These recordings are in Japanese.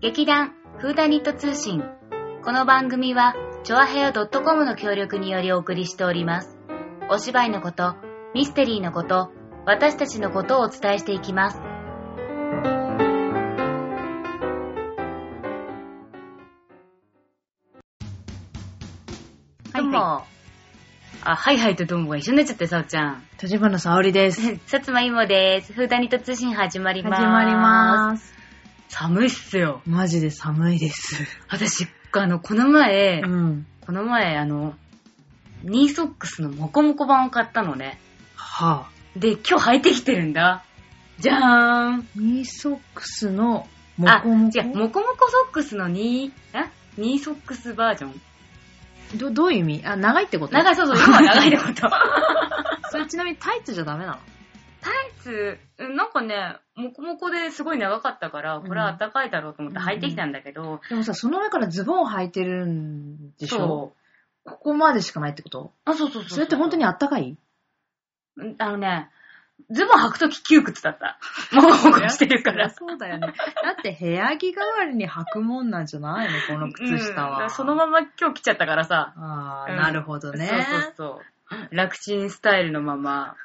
劇団フーダニット通信この番組はチョアヘア .com の協力によりお送りしておりますお芝居のことミステリーのこと私たちのことをお伝えしていきますはいはいどうも、あ、はいはいとどうもが一緒になっちゃって、さおちゃん。立花沙織です。 さつまいもです。フーダニット通信始まり始ます。まります。す。寒いっすよ。マジで寒いです。私、あの、この前、ん。この前、あの、ニーソックスのモコモコ版を買ったのね。はぁ、で、今日履いてきてるんだ。じゃーん。ニーソックスのモあ、コモ違う、コモコモコソックスのニー、あニーソックスバージョン。どどういう意味あ、長いってこと長い、そうそう、今は長いって こと。それちなみにタイツじゃダメなのタイツ、うんなんかね、モコモコですごい長かったから、これは暖かいだろうと思って履いてきたんだけど、でもさ、その上からズボンを履いてるんでしょそう。ここまでしかないってことあ、そうそうそう。それって本当にあったかいうんあのね、ズボン履くとき窮屈だ った。もこもこしてるから。そうだよね。だって部屋着代わりに履くもんなんじゃないのこの靴下うんは。そのまま今日来ちゃったからさ。あうー、んなるほどね。そうそうそう。 楽ちんスタイルのまま。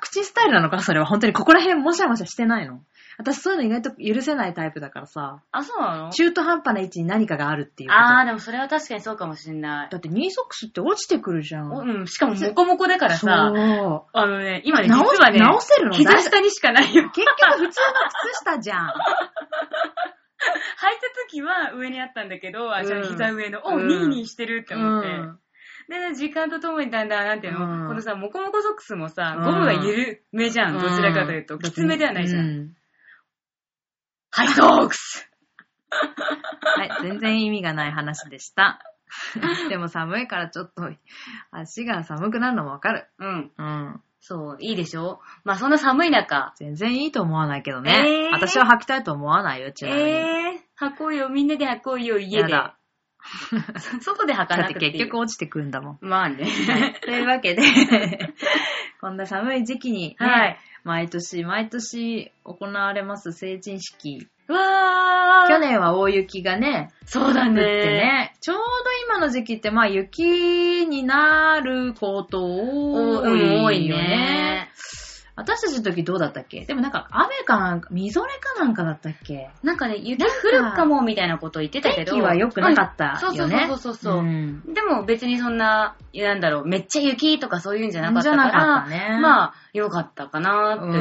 口スタイルなのかそれは本当にここら辺もしゃもしゃしてないの私そういうの意外と許せないタイプだからさ、あ、そうなの中途半端な位置に何かがあるっていうこと。あー、でもそれは確かにそうかもしんない。だってニーソックスって落ちてくるじゃん。おうん、しかもモコモコだからさ、そう。あのね、今ね、実直はね、直せるの膝大丈夫下にしかないよ。履い結局普通の靴下じゃん。た時は上にあったんだけど、あ、じゃあうん膝上の、お、うんニーニーしてるって思って。うんでね、時間とともにだんだん、なんていうの、うんこのさ、モコモコソックスもさ、うんゴムが緩めじゃん、どちらかというと。きつめではないじゃん。うハイソックスはい、全然意味がない話でした。 でも寒いからちょっと足が寒くなるのもわかる。うん。うん。そう、いいでしょまあ、そんな寒い中。全然いいと思わないけどね。えー私は履きたいと思わないよ、ちえなみに。えー、履こうよ、みんなで履こうよ、家やで。だ 外で履かだっなてくていい。結局落ちてくるんだもん。まあね。というわけで、 こんな寒い時期に、ねはい。毎年毎年行われます成人式。うわー。去。年は大雪がね、そうだ降ってね。ね、ちょうど今の時期ってまあ雪になることお多ういよねん。多いね。私たちの時どうだったっけでもなんか雨かなんか、みぞれかなんかだったっけなんかね、雪降るかもみたいなこと言ってたけ天ど。気は良くなかったそうそようね。そうそうそう。んでも別にそんな、なんだろう、めっちゃ雪とかそういうんじゃなかったじゃかなら、かったね。まあ、良かったかなうーって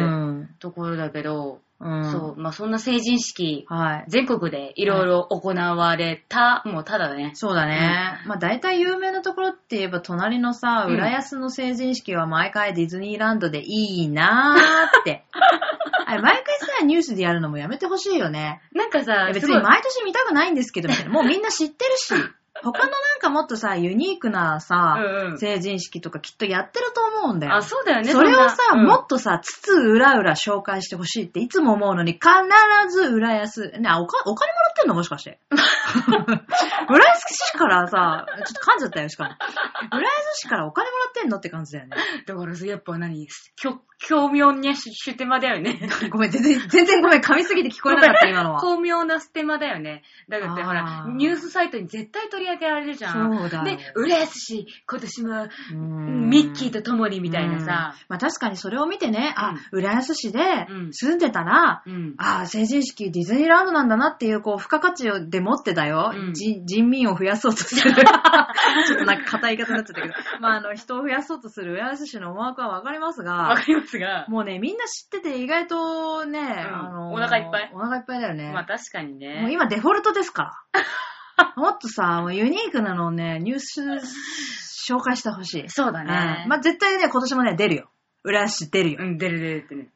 ん。ところだけど、うん。そう、まあそんな成人式、はい。全国でいろいろ行われた、もうただね。そうだね。まあ大体有名なところって言えば隣のさ、うん浦安の成人式は毎回ディズニーランドでいいなー って。あれ毎回さ、ニュースでやるのもやめてほしいよね。なんかいさや、別すにごい、毎年見たくないんですけど、みたいな。もうみんな知ってるし、他のなんかもっとさ、ユニークなうさ、んうん成人式とかきっとやってると思うんだよあ、。そうだよね。それをさ、んなもっとさ、つつうらうら紹介してほしいっていつも思うのに、必ず浦安、ね、あおかお金もらってんのもしかして。 浦安市からさ、ちょっと噛んじゃったよ、しかも。浦安市からお金もらってんのって感じだよね。うんだからさ、やっぱ何、きょ巧妙にしステマだよね。ごめん、全然、全 然ごめん、噛みすぎて聞こえなかった、今 のは。巧妙なステマだよね。だからってほらあ、ーニュースサイトに絶対取り上げられるじゃん。そうだでよ、浦安市、今年もうんミッキーと共にみたいなさ。まあ確かにそれを見てね、あ、浦安市でうん住んでたら、うん。ああ、成人式ディズニーランドなんだなっていう、こう、付加価値をでもってだよ、うんじ人民を増やそう とする。ちょっとなんか硬い言い方になっちゃったけど。まあ、あの、人を増やそうとする浦安市の思惑はわかりますわがか、りますが、もうね、みんな知ってて意外とね、あのお腹いっぱいお腹いっぱいだよね。まあ確かにもうね。今デフォルトで すから。もっとさ、もうユニークなのをね、ニュース紹介してほしい。そうだねうん。まあ、絶対ね、今年もね、出るよ。浦安市出るよ。うん、出る出るってね。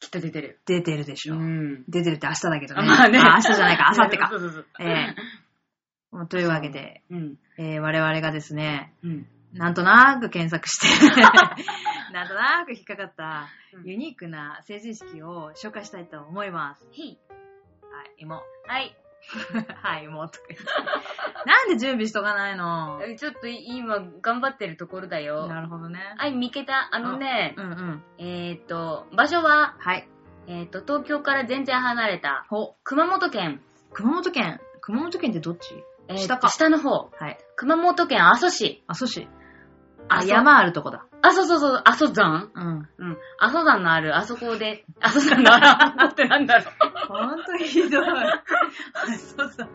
きっと出てる。出てるでしょ。ん。出てるって明日だけどね。まあね。明日じゃないか、明後日か そ。うそうそう。ええというわけで、うん。えー我々がですね、うん。なんとなく検索して、 なんとなく引っかかったうんユニークな成人式を紹介したいと思います。へい。はい、芋。 はい。はい、芋とか言って。なんで準備しとかないのえちょっと今頑張ってるところだよ。なるほどね。はい、見けた。あのねう、んうん。えっと、場所は、はい。えっと、東京から全然離れた、ほ。熊本県熊本県。熊本県ってどっちえー下か下の方。はい。熊本県阿蘇市。阿蘇市。阿あ、蘇山あるとこだ。あ、そうそうそう、阿蘇山うん。うん。阿蘇山のある、あそこで、 阿蘇山のある、ってなんだろほんとひ どい。阿蘇山う。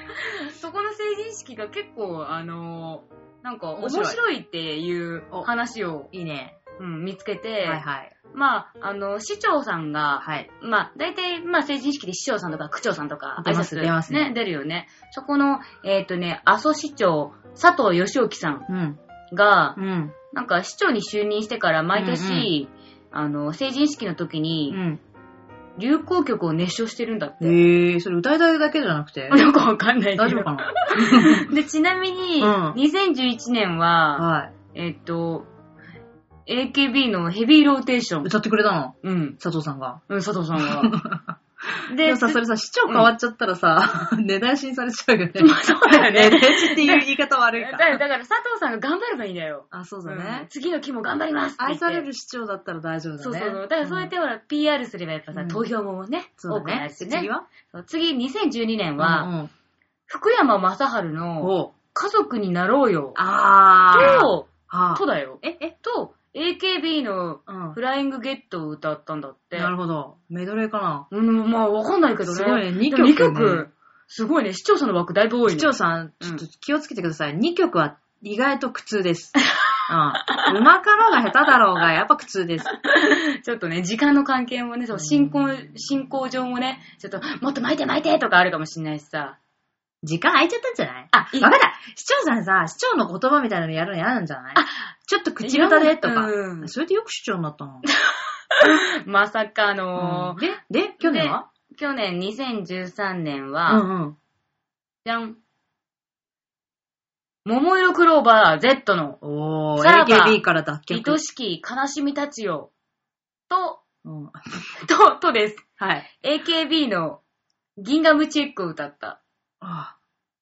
そこの成人式が結構、あのーなんか面面白い白いっていうお話を、いいね。うん、見つけて、はいはい。まあ、あの、市長さんが、はい。まあ、大体、まあ、成人式で市長さんとか区長さんとか、出ます挨拶出ますね出るよね。そこの、えっ、とね、阿蘇市長、佐藤義興さんうん。が、うん。なんか市長に就任してから毎うん年、あの、成人式の時に、流行曲を熱唱してるんだって。へえー、それ歌いたいだけじゃなく て。よくわかんないけど大丈夫かなで、ちなみに、うん2011年は、はい。えっ、と、AKB のヘビーローテーシ ョン。歌ってくれたのうん。佐藤さんが。うん、佐藤さんは。 でで、もさ、それさ、市長変わっちゃったらさ、 根絶やしにされちゃうよね。 そうだよね根絶やしっていう言い方悪いかだら。だから佐藤さんが頑張ればいいんだよ。 あ、そうだうんね。次の期も頑張りますって言愛ってされる市長だったら大丈夫だね。そうそうそう。だからそうやってほら、PR すればやっぱさ、うん投票もね、そう多くなだるね。しね。次はそう次、2012年は、うんうん福山雅治のお家族になろうよ。あー。と、あとー。だよ。え、え、と、AKB のうんフライングゲットを歌ったんだって。なるほど。メドレーかな。うん、まあわかんないけどね。すごいでねも二曲ね二曲すごいね。視聴者の枠だいぶ多いね。市長さん、ちょっと気をつけてください。2曲は意外と苦痛です。うん。うまかろうが下手だろうが、やっぱ苦痛です。ちょっとね、時間の関係もね、そう進行、進行上もね、ちょっと、もっと巻いて巻いてとかあるかもしれないしさ。時間空いちゃったんじゃないあ、いいわかった市長さんさ、市長の言葉みたいなのやるの嫌なんじゃないちょっと口下手でとか。うんそれでよく市長になったの。まさかあのーで、で、去年は去年2013年うは、んうん。じゃん。桃色クローバー Z の、おさらー、ば AKB から脱却愛。しき悲しみたちよ、と、うんと、とです。はい。 AKB の、ギンガムチェックを歌った。あ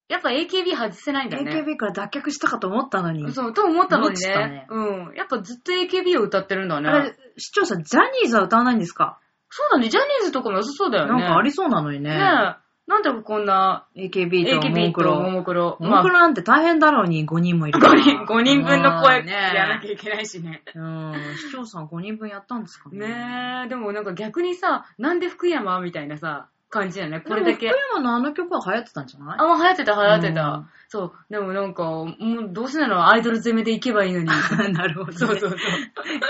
やっぱ AKB 外せないんだね。 AKB から脱却したかと思ったのに。そう、と思ったのに思ってねたねうん。やっぱずっと AKB を歌ってるんだあねれ。、市長さん、ジャニーズは歌わないんですかそうだね、ジャニーズとかも良さそうだよね。なんかありりそうなのにね。なんでこんな、 AKB とモ AKB ンクともロ。もクロ。モンクロなんて大変だろうに5人もいるから。 5人、5人分の声うんやらなねきゃいけないしね。うん、市長さん5人分やったんですかね。ねえ、でもなんか逆にさ、なんで福山みたいなさ、感じだよね。これだけでも。福山のあの曲は流行ってたんじゃないあ、もう流行ってた、流行ってた。うんそう。でもなんか、もうどうせならアイドル攻めでいけばいい のに。なるほど、ね。そうそうそう。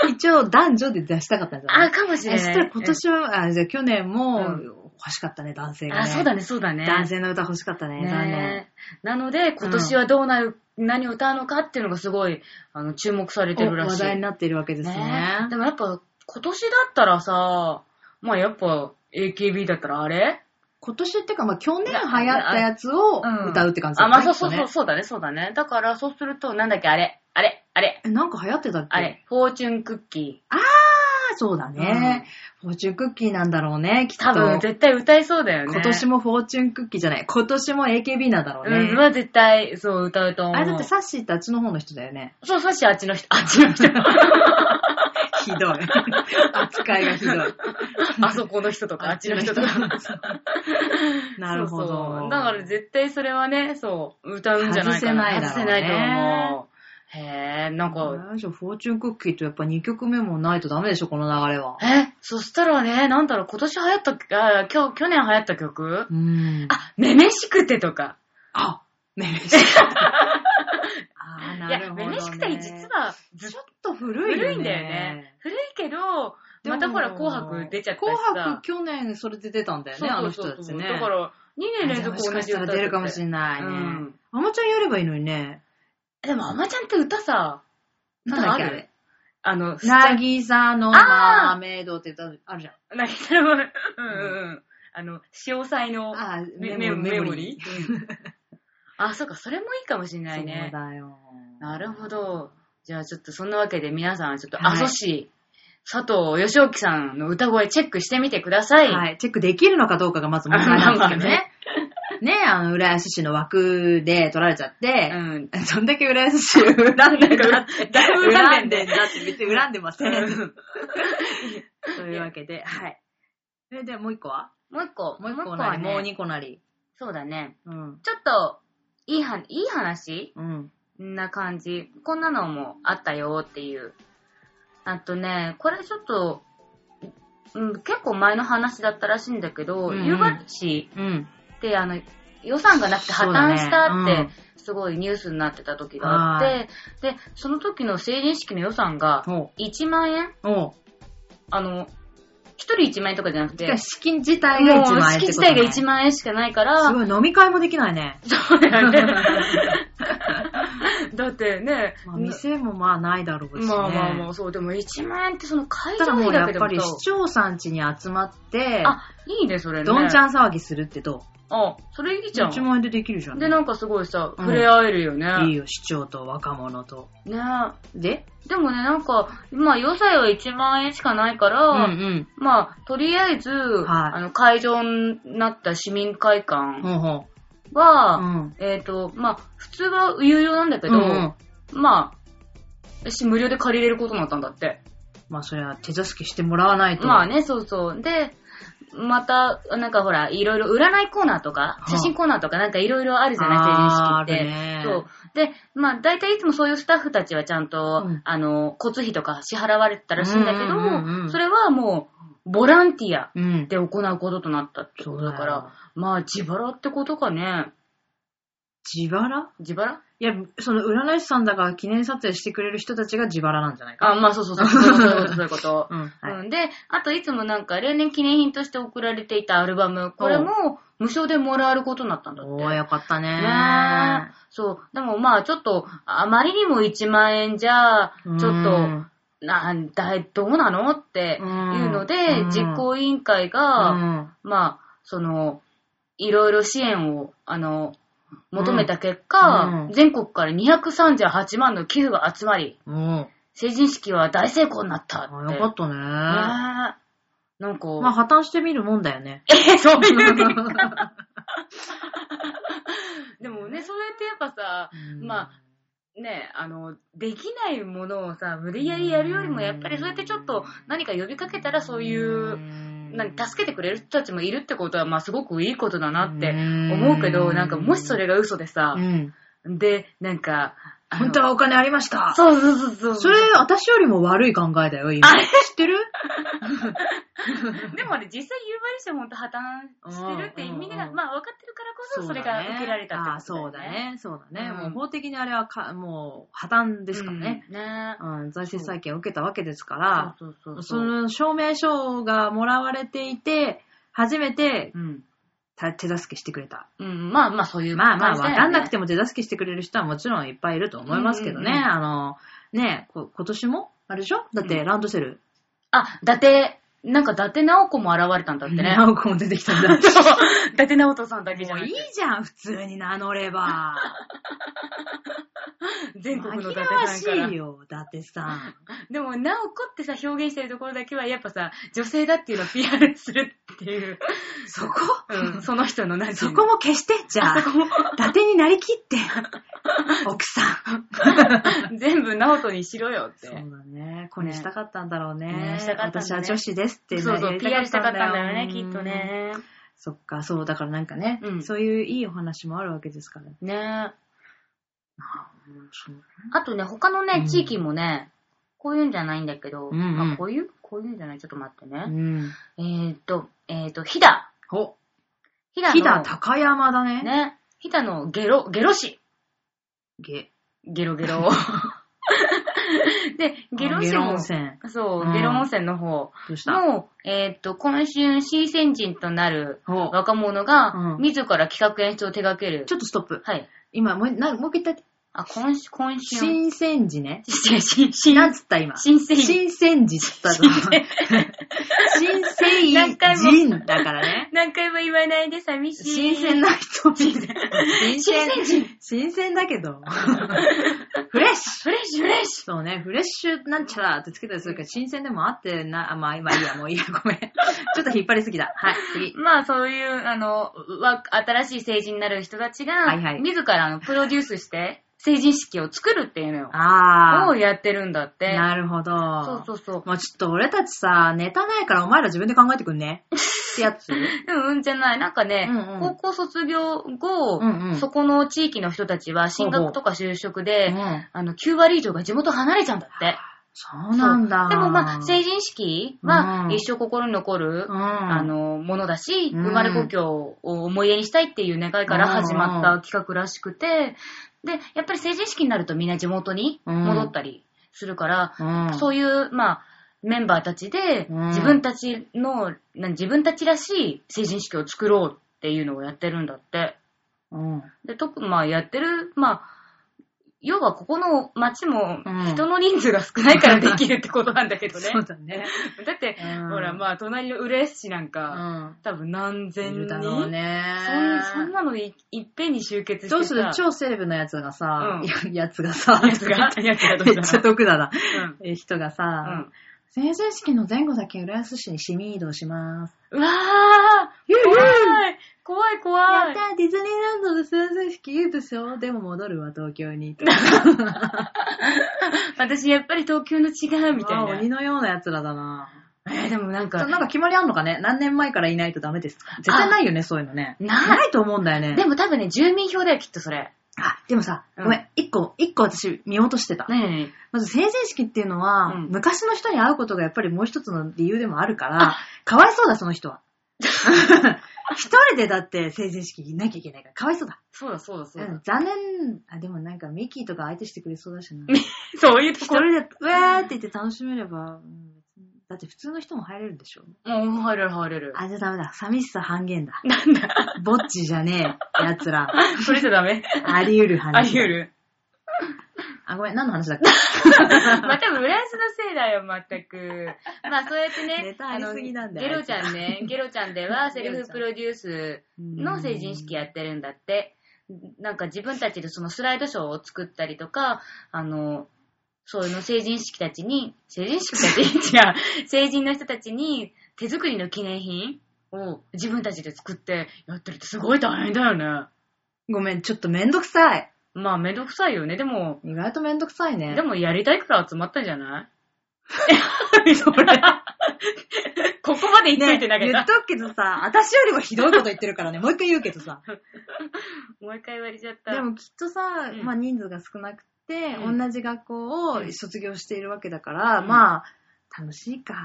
一応男女で出したかったんじゃあ、ないかもしれそなしい。たら今年は、あ、じゃあ去年もうん欲しかったね、男性えが、ね。あ、そうだね、そうだね。男性の歌欲しかったね、残念。ねえなので、今年はどうなる、何を歌うのかっていうのがすごい、あの、注目されてるらしい。話題になっているわけですね。ねえでもやっぱ、今年だったらさ、まあやっぱ、AKB だったらあれ今年ってか、まあ、去年流行ったやつを歌うって感じだあ、よねまあそうそうきっそとう、ねそうだね、そうだね。だから、そうすると、なんだっけ、あれ、あれ、あれ、え、なんか流行ってたっけあれ、フォーチュンクッキあそうだね。フォーチュンクッキーなんだろうね、きっー。と。多分、絶対歌いそうだよね。今年もフォーチュンクッキーじゃない。今年も AKB なんだろううん、ね。は絶対、そう、歌うと思う。あれだってサッシーってあっちの方の人だよね。そう、さっしーあっちの人、あっちの人、ひ どい。扱いがひどい。あそこの人とか、あっちの人とか。 なるほど。そうそうだから絶対それはね、そう、歌うんじゃないかな。外せないだろうね外せないと思う。へえ、なんか、あれじゃフォーチュンクッキーとやっぱ2曲目もないとダメでしょ、この流れは。え、そしたらね、なんだろう、今年流行った、あ、今日、去年流行った曲うん。あ、めめしくてとか。あめめしくて。あー いなるや、ほど、ね。めめしくて実は、ずっちとょっと古いよ古ね。いんだよね。古いけど、でも。またほら、紅白出ちゃったし紅さ。白去年それで出たんだよね、あの人たちね。だから、2年連続もし同かしじた歌らって出るかもしれないね。うんあまちゃんやればいいのにね。でも、あまちゃんって歌さ、なんだっけ歌あるれ。あの、すっちゃなん、ぎさのマーメイドって歌あるじゃん。なぎさの、うんうんうん。あの、潮祭のあーメメメモリー。うんあ、そうか、それもいいかもしれないね。そうだよ。なるほど。じゃあちょっとそんなわけで皆さんちょっとはい阿蘇市、佐藤義興さんの歌声チェックしてみてください。はい。チェックできるのかどうかがまず問題なんですけどね。ね、あの、浦安市の枠で取られちゃっうて、 ん。そんだけ浦安市恨んでるなって。だいぶ恨んでんねだって別に恨んでません。うんというわけで、はい。それでもう一個はもう一個、もう一個はなり、もうね、二個なり。そうだね。うん。ちょっと、いいは、いい話うん。な感じ。こんなのもあったよっていう。あとね、これちょっと、うん、結構前の話だったらしいんだけど、うんうん夕張市うん。ってあの、予算がなくて破綻したそうっだてね、すごいニュースになってた時があって、で、その時の成人式の予算がおう。 1万円おう。あの、一人1万円とかじゃなくて、しかし、資金自体が一もう万円式自体が1万万円しかないから、すごい、飲み会もできない ね。そうだよ ね。だってね、まあ、店もまあないだろうしね。まあまあまあ、そう、でも1万円ってその会た場だも費うやだっけでぱもり市長さん家に集まって、あ、いいね、それね。どんちん。ゃん騒ぎするってどあ、それいいうじゃ ?1 ん。万円でできるじゃん。で、なんかすごいさ、うん触れ合えるよね。いいよ、市長と若者と。ねででもね、なんか、まあ、予算は1万円しかないから、ん。まあ、とりあえず、はいあの、会場になった市民会館ほうほう。が、うん。えっ、と、まあ、普通は有料なんだけど、うんまあ、し、無料で借りれることになったんだって。まあ、それは手助けしてもらわないと。まあね、そうそう。で、また、なんかほら、いろいろ占いコーナーとかは、あ写真コーナーとかなんかいろいろあるじゃあーない、成人式って。あるねそう。で、まあ、大体いつもそういうスタッフたちはちゃんと、うんあの、交通費とか支払われてたらしいんだけど、うんうんうんそれはもう、ボランティアうん。で行うこととなったってことだかそうだよら、まあ、自腹ってことかね。自腹自腹いや、その占い師さんだから記念撮影してくれる人たちが自腹なんじゃないか。あ、まあ、そうそう そう、そういうこと、そういうこと。うん。はい。うん、で、あといつもなんか例年記念品として贈られていたアルバム、これも無償でもらえることになったんだって。おー、よかったねねえそう。でもまあちょっと、あまりにも1万円じゃ、ちょっと、なんだい、どうなのっていうのでう、ん実行委員会うが、ん。まあ、その、いろいろ支援を、あの、求めた結うん果う、ん全国から238万の寄付が集まり、うん。成人式は大成功になったあって。よかったね。まねえなんか、あ、破綻してみるもんだよね。 え、そういう 意味でもね、それってやっぱさ、まね、あの、できないものをさ、無理やりやるよりも、やっぱりそうやってちょっと何か呼びかけたらそういう、何、助けてくれる人たちもいるってことは、まあすごくいいことだなって思うけど、なんかもしそれが嘘でさう、ん。で、なんか、あの本当はお金ありました。そうそうそうそう。それ、私よりも悪い考えだよ、今。あれ知ってるでもね、実際夕張市は本当破綻してるって意味うんうんが、うんまあ分かってるからこそそれが受けられたってことそうだ。ね。あそうだね。そうだね。うんもう法的にあれはか、もう破綻ですからね。うん。ねうん、財政再建を受けたわけですから、そうそうそうそそう。の証明書がもらわれていて、初めてうん。た手助けしてくれた。うん、まあまあそういうまあま感あ、じだわよねかんなくても手助けしてくれる人はもちろんいっぱいいると思いますけどね。うんうんうんあの、ね、こ今年もあれでしょだってランドセル。あ、伊達、なんか伊達直子も現れたんだってね。何個も出てきたんだ。 伊達直人さんだ けじゃもなうくいいて、じゃん、普通に名乗れ ば。全国の伊達紛らわしさんからい。よ、伊達さん。でも、直子ってさ、表現してるところだけは、やっぱさ、女性だっていうのを PR するっていう、そこ、うん、その人の何そこも消して、じゃあ、あそこも伊達になりき って、奥さん。全部直人にしろよって。そうだね。子にしたかったんだろうね。ねしたかったん私だねは女子ですってねそうそう、やり PR したかったんだよね、うきっと。ね。そっか、そう、だからなんかね、うんそういういいお話もあるわけですからね。ねそうあとね、他のうねん、地域もね、こういうんじゃないんだけど、うんうんまあこういうこういうんじゃないちょっと待ってね。ん。えーっと、えーっと、飛騨。お、飛騨飛騨の、高山だね。ね、飛騨のゲロ、ゲロ市。ゲ、ゲロゲロ。 で、ゲロ市ゲロ温も、泉。そうう、んゲロ温泉の方どうしたの、えーっと、今春新先人となるお若者が、うん自ら企画演出を手掛ける。ちょっとストップ。はい。今、もう、なもう一回言って。あ、今春、今春、新鮮時ね。 新、新、新、なんつった今。新鮮人。新鮮時っつったぞ。新鮮何回も人だからね。何回も言わないで寂しい。新鮮な人。新鮮。新鮮新鮮だ けど。フレッシュフレッシュ、フレッシそうね、フレッシュなんちゃらってつけたりするけど、新鮮でもあってな、あまあ今いいや、もういいや、ご めん。ちょっと引っ張りすぎだ。はい、次。ュ。まあ、そういう、あの、わ新しい成人になる人たちが、はいはい自らあのプロデュースして、成人式を作るっていうのよ。あをあ。やってるんだって。なるほど。そうそうそう。もうちょっと俺たちさ、ネタないからお前ら自分で考えてくんね。ってやつ。うん、うんじゃない。なんかね、うんうん高校卒業後、うんうんそこの地域の人たちは進ほうほ学うとか就職で、うんあの、9割以上が地元離れちゃうんだって。そうなんだ。そうでもまあ、成人式うはん一生心に残る、うんあの、ものだし、うん生まれ故郷を思い出にしたいっていう願いから始まった企画らしくて、で、やっぱり成人式になるとみんな地元に戻ったりするから、うん、そういう、まあ、メンバーたちで、うん自分たちの、な自分たちらしい成人式を作ろうっていうのをやってるんだって。うん。で、特にまあやってる、まあ、要はここの町もうん人の人数が少ないからできるってことなんだけどね。 そうだね。だって、うんほらまあ隣の浦安市なんうか、ん。多分何千いる人だろうね。そんそんなのいいっぺんに集結してさどうする超西部のやつがさ、うやつがさ、やつが、やつがどめうっしちゃたの得だな。うんえ人がうさ、ん成人式の前後だけ浦安市に市民移動します。うわー怖い怖い怖やっいたーディズニーランドの成人式いいでしょでも戻るわ、東京に。私やっぱり東京の違うみたあーい鬼な。のようなやつらだな。えーでもなんそか、うなんか決まりあんのかね何年前からいないとダメですか絶対ないよね、そういうのね。ないないと思うんだよね。でも多分ね、住民票だよきっとそれ。あ、でもさ、うんごめん、一個、一個私見落としてた。何何まず成人式っていうのは、うん昔の人に会うことがやっぱりもう一つの理由でもあるからあ、かわいそうだ、その 人は。一人でだって成人式いなきゃいけないから、かわいそうだ。そうだそうだそううだ。ん、残念。あ、でもなんかミッキーとか相手してくれそうだしな。そういう人これで、うわーって言って楽しめれば、うんだって普通の人も入れるでしょ。もう入れる入れる。あ、じゃあダメだ。寂しさ半減だ。なんだぼっちじゃねえ、奴 ら。それじゃダメあり得る話。あり得。る。あ、ごめん、何の話だっ まあ、多分、浦安のせいだよ、全く。 まあ、そうやってネね、タありすぎなんだよゲロちゃんね、ゲロちゃんでは、セゲロちゃんルフプロデュースけの成人式やってるんだって。なんか自分たちでそのスライドショーを作ったりとか、あの、そういうの成人式たちに、成人式たちに、違う、成人の人たちに手作りの記念品を自分たちで作ってやってるってすごい大変だよね。ごめん、ちょっとめんどくさい。まあめんどくさいよね。でも、意外とめんどくさいね。でもやりたいから集まったんじゃない それ ここまで 言っといてなねげ言たっ。とくけどさ、私よりもひどいこと言ってるからね、もう一回言うけどさ。もう一回言われちゃった。でもきっとさ、うんまあ人数が少なくて、うん同じ学校うをん卒業しているわけだから、うんまあ、楽しいか。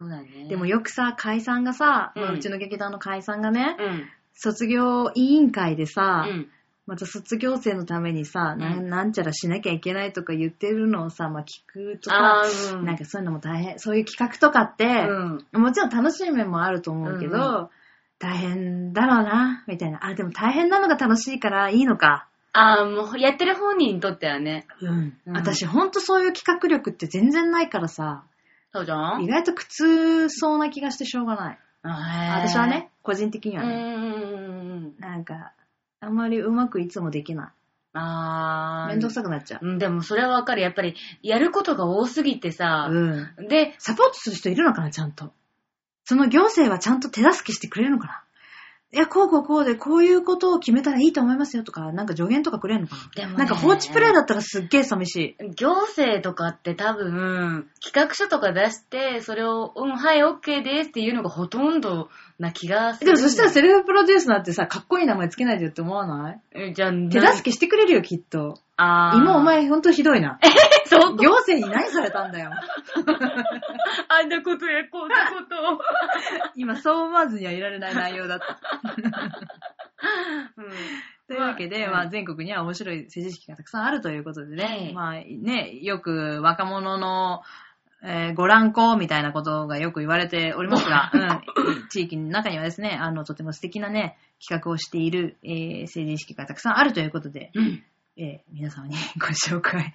そうだね。でも、よくさ、解散がさ、うんまあうちの劇団の解散がね、うん。卒業委員会でさ、うん。また卒業生のためにさ、うんなん、なんちゃらしなきゃいけないとか言ってるのをさ、まあ聞くとあか、あ、うん。なんかそういうのも大変、そういう企画とかって、うん。もちろん楽しい面もあると思うけど、うん大変だろうな、みたいな。あ、でも大変なのが楽しいからいいのか。ああ、もう、やってる本人にとってはね。うん。うん私ほんとそういう企画力って全然ないからさ、そうじゃん意外と苦痛そうな気がしてしょうがない。あ私は。ね、個人的にへーはうんね、うんうんうん。なんか、あんまりうまくいつもできなああ。い。めんどくさくなっちゃう。うん、でもそれはわかる。やっぱり、やることが多すぎてさ。うん。で、サポートする人いるのかな、ちゃんと。その行政はちゃんと手助けしてくれるのかないや、こうこうこうで、こういうことを決めたらいいと思いますよとか、なんか助言とかくれるのかなでもねなんか放置プレイだったらすっげえ寂しい。行政とかって多分、企画書とか出して、それを、うん、はい、OK ですっていうのがほとんどな気がする。でもそしたらセルフプロデュースなんてさ、かっこいい名前つけないでよって思わないえ、じゃあ、手助けしてくれるよ、きっと。あー今お、前ほんとひどいな。そ行こ、政に何されたんだよ。あんなことやこんなこと 今そう思わずにはいられない内容だった。を。うんというわけで、まあまうあ、ん全国には面白い成人式がたくさんあるということでね、はいまあね、よく若者の、えーご覧行みたいなことがよく言われておりますが、 うん、地域の中にはですね、あの、とても素敵なね、企画をしている、えー成人式がたくさんあるということで、うん。えー皆様にご紹介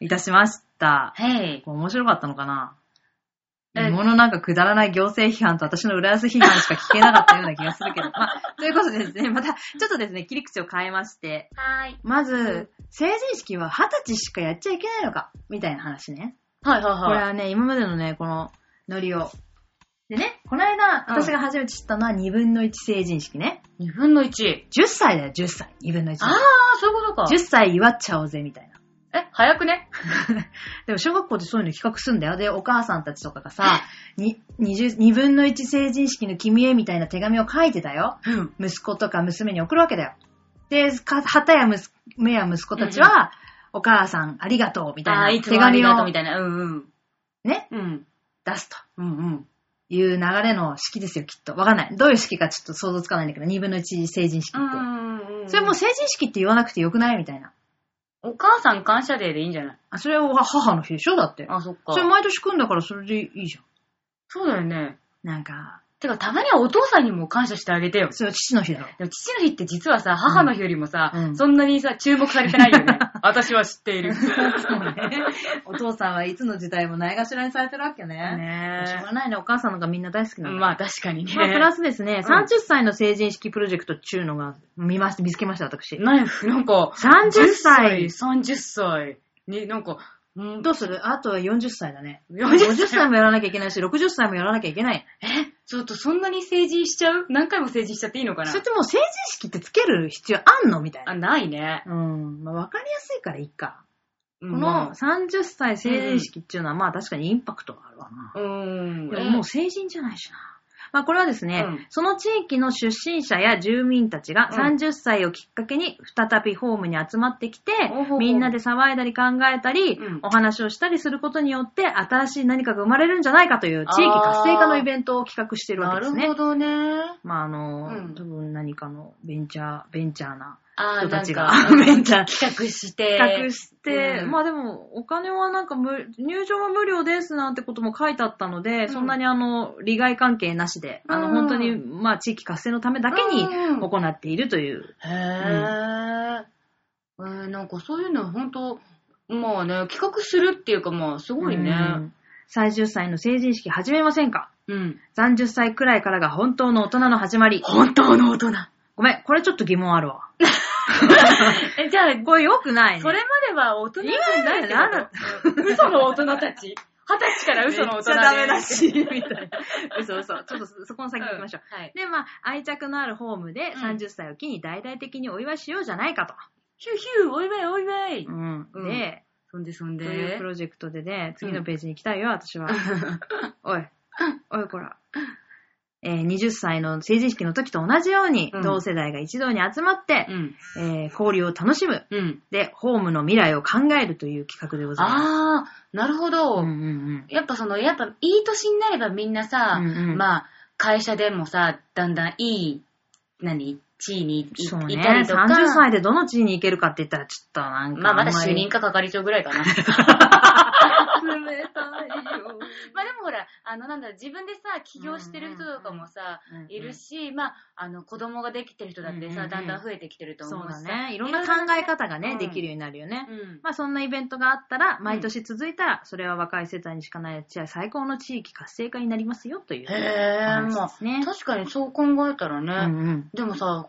いたしました。はい。こう面白かったのかなえものなんかくだらない行政批判と私の浦安批判しか聞けなかったような気がす るけど。まあ、ということでですね、また、ちょっとですね、切り口を変えまして、はい。まず、ん成人式は20歳しかやっちゃいけないのか、みたいな話ね。はいはいこれはい。はね、今までのね、このノリを。でね、この間、うん私が初めて知ったのは2分の1成人式ね。 2分の 1? 10歳だよ、10歳。2分の1。ああ、そういうことか。 10歳祝っちゃおうぜ、みたいな。え、早くねでも小学校でそういうの企画すんだよ。で、お母さんたちとかがさ、 に20 2分の1成人式の君へみたいな手紙を書いてたよ。うん。息子とか娘に送るわけだよ。で、か旗や娘や息子たちは、お母さんありがとうみたああ、いいなつ手もあり紙がとうをみたいな。うんうん。ね、うん。出すとうんうん。いう流れの式ですよ、きっと。わかんない。どういう式かちょっと想像つかないんだけど、2分の1成人式うって。んうん。それもう、成人式って言わなくてよくないみたいな。お母さん感謝デーでいいんじゃないあ、それは母の日でしょだって。あ、そっかそ。れ毎年組んだからそれでいいじゃん。そうだよね。なんか、てか、たまにはお父さんにも感謝してあげてよ。それは父の日だろ。でも父の日って実はさ、母の日よりもさ、うんそんなにさ、注目されてないよね。 私は知っている。 お父さんはいつの時代もないがしろにされてるわけね。ねしょうがないね。お母さんのがみんな大好きなんだ。まあ確かにね。まあプラスですね、うん30歳の成人式プロジェクトっちゅうのが見ました、見つけました、私。ナイフ、なんか、 30歳10 30歳。に、なんか、うんどうするあとは40歳だね。 40 50歳もやらなきゃいけないし、60歳もやらなきゃいけない。ちょっとそんなに成人しちゃう何回も成人しちゃっていいのかなそれってもう成人式ってつける必要あんのみたいあ、な。ないね。うん。まあ、わかりやすいからいいか。ここの、30歳成人式っていうのは、まあ確かにインパクトがあるわな。うーん。でももう成人じゃないしな。まあこれはですね、うんその地域の出身者や住民たちがうん30歳をきっかけに再びホームに集まってきて、おほほみんなで騒いだり考えたり、うんお話をしたりすることによって新しい何かが生まれるんじゃないかという地域活性化のイベントを企画しているわなけでるすね。ほどね。まああの、うん多分何かのベンチャー、ベンチャーなあ人ーたちが なんか ベンチャー企画して。企画して、うんまあでも、お金はなんか無、入場は無料ですなんてことも書いてあったので、んそんなにあの、利害関係なしで、あの、うん本当に、まあ地域活性のためだけにうん行っているという。へー。えー、なんかそういうの本当まあね、企画するっていうかまあ、すごいうね。ん30歳の成人式始めませんかうん。 ?30 歳くらいからが本当の大人の始まり。本当の大人。ごめん、これちょっと疑問あるわ。 え、じゃあ、これ良くないね。それまでは大人じゃないって今のことうん嘘の大人たち。二十歳から嘘の大人めっちゃダメでだし、みたいな。嘘嘘。ちょっとそこの先行きましょう。うんはい。で、まあ、愛着のあるホームでうん30歳を機に大々的にお祝いしようじゃないかと。ヒューヒュー、お祝いお祝い。んうんで、そんでそんとで。いうプロジェクトでね、次のページに行きたいよ、私は。おい、おいこら。えー20歳の成人式の時と同じように、うん同世代が一堂に集まってう、ん。えー交流を楽しむ。うん。で、ホームの未来を考えるという企画でございます。あー、なるほど。うんうんやっぱその、やっぱいい年になればみんなさ、うんうんまあ、会社でもさ、だんだんいい、何、地位にい,、そうね、たりとか。 30歳でどの地位に行けるかって言ったら、ちょっとなんかまあ、まんだり主任か係長ぐらいか な。冷たい よ。まあでもほら、あの、なんだろう、自分でさ、起業してる人とかもさうんうんうん、いるし、まあ、あの、子供ができてる人だってうんうんうさ、んだんだん増えてきてるとそ思ううしださ。ね。いろんな考え方がね、うんできるようになるよね。うん。まあそんなイベントがあったら、毎年続いたら、それは若い世代にしかない最高の地域活性化になりますよという。へ話ー、まですねあ、確かにそう考えたらうね、んでもさ、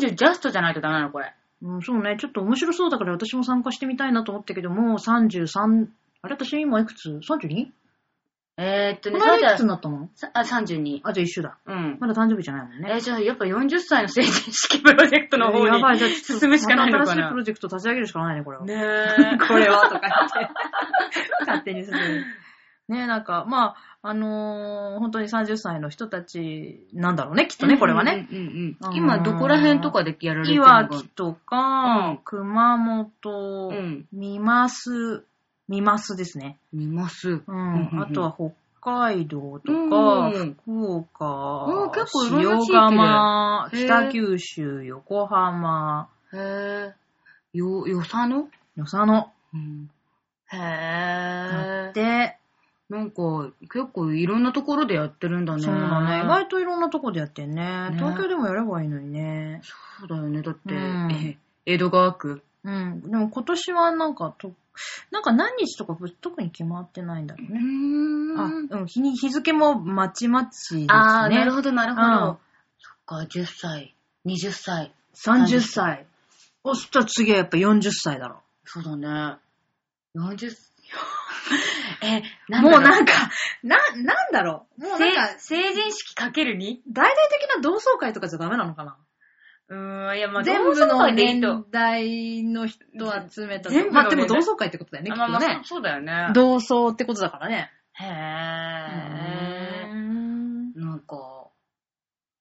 30ジャストじゃないとダメなの、これ。うんうん。そうね、ちょっと面白そうだから私も参加してみたいなと思ったけど、もう33、あれ私今いくつ ?32? えーっとこね、の間いくつに30なったのさあ、32。あ、じゃあ一緒だ。うん。まだ誕生日じゃないもんえね。ー、じゃあ、やっぱ40歳の成人式プロジェクトの方やばい、にじゃあちょっと進むしかないのまたか新しいなプ。ロジェクト立ち上げるしかないね、これは。ね これはとか言 って。勝手に進む。ねなんか、まあ、あのー本当に30歳の人たちなんだろうね、きっとえ。ね、これはね。。うんうんううんん。今、どこら辺とかでやられてるいのかわなきとか、うん熊本う、ん。みます、みますですね。見ます。うん。うんあとは北海道とか、うん福岡、うん結構いろんな地域でへ塩釜、え北九州、横浜、へぇよ、よさの与謝野うん。へだっぇて、なんか、結構いろんなところでやってるんだね。そうだね。意外といろんなとこでやってんね。ね東京でもやればいいのにね。そうだよね。だって、うんえ江戸川区。うん。でも今年はなんかと、なんか何日とか特に決まってないんだろううね。あ、ん。うん、日に、日付もまちまちですね。あー、なるほど、なるほど。うんそっか、10歳、20歳。 30歳。お、そしたら次はやっぱ40歳だろ。そうだね。40、え、なんだもろうなんか、な、なんだろう。もうなんか、せ成人式かける 2? 大々的な同窓会とかじゃダメなのかなうーん、いや、まあ、全同部窓の会でいい年と。代の人集めたと全部のまあでも年同代窓会ってことだよね、きっあまあまとあ、ね。そうそうだよね。同窓ってことだからね。へうえ。んなんか、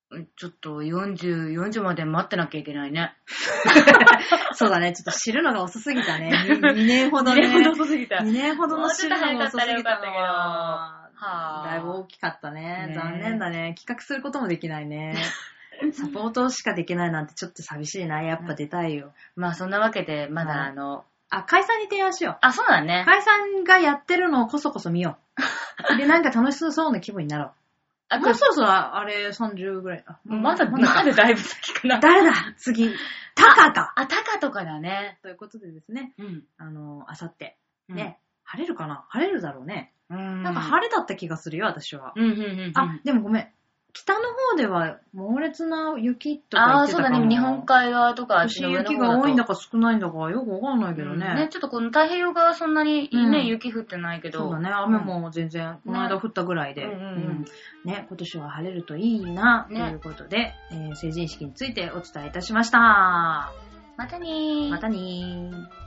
うんちょっと40、40まで待ってなきゃいけないね。そうだね、ちょっと知るのが遅すぎ たね。2, 年ほどね。ほど遅すぎた。 2年ほどの知るのが遅すぎたのははあ。だいぶ大きかったねね。残念だね。企画することもできない ね。サポートしかできないなんてちょっと寂しいな。やっぱ出たいよ。まあそんなわけで、まはだいあの、あ、解散に提案しよあ、そうだう。ね。解散がやってるのをこそこそ見よ う。で、なんか楽しそうな気分になろあう。もうそろそろあれ30ぐらい。あまだ、ままだかだだいぶ先かな。誰だ次。タカか。あ、タカとかだね。ということでですね、うん。あの、あさって。ね。ね、晴れるかな晴れるだろうね。うんなんか晴れだった気がするよ、私は。うんうんうんうん。あ、でもごめん。北の方では猛烈な雪とかあ言っあ、てそたうかだもね。日本海側とか、あっちの年上の雪方が多いんだとか少ないんだかよくわかんないけうどんねね。ちょっとこの太平洋側はそんなにね、うん雪降ってないけど。そうだね。雨も全然、この間降ったぐらいで、うんうんうんうんね、今年は晴れるといいな、ねということで、えー成人式についてお伝えいたしました。またねー。またねー。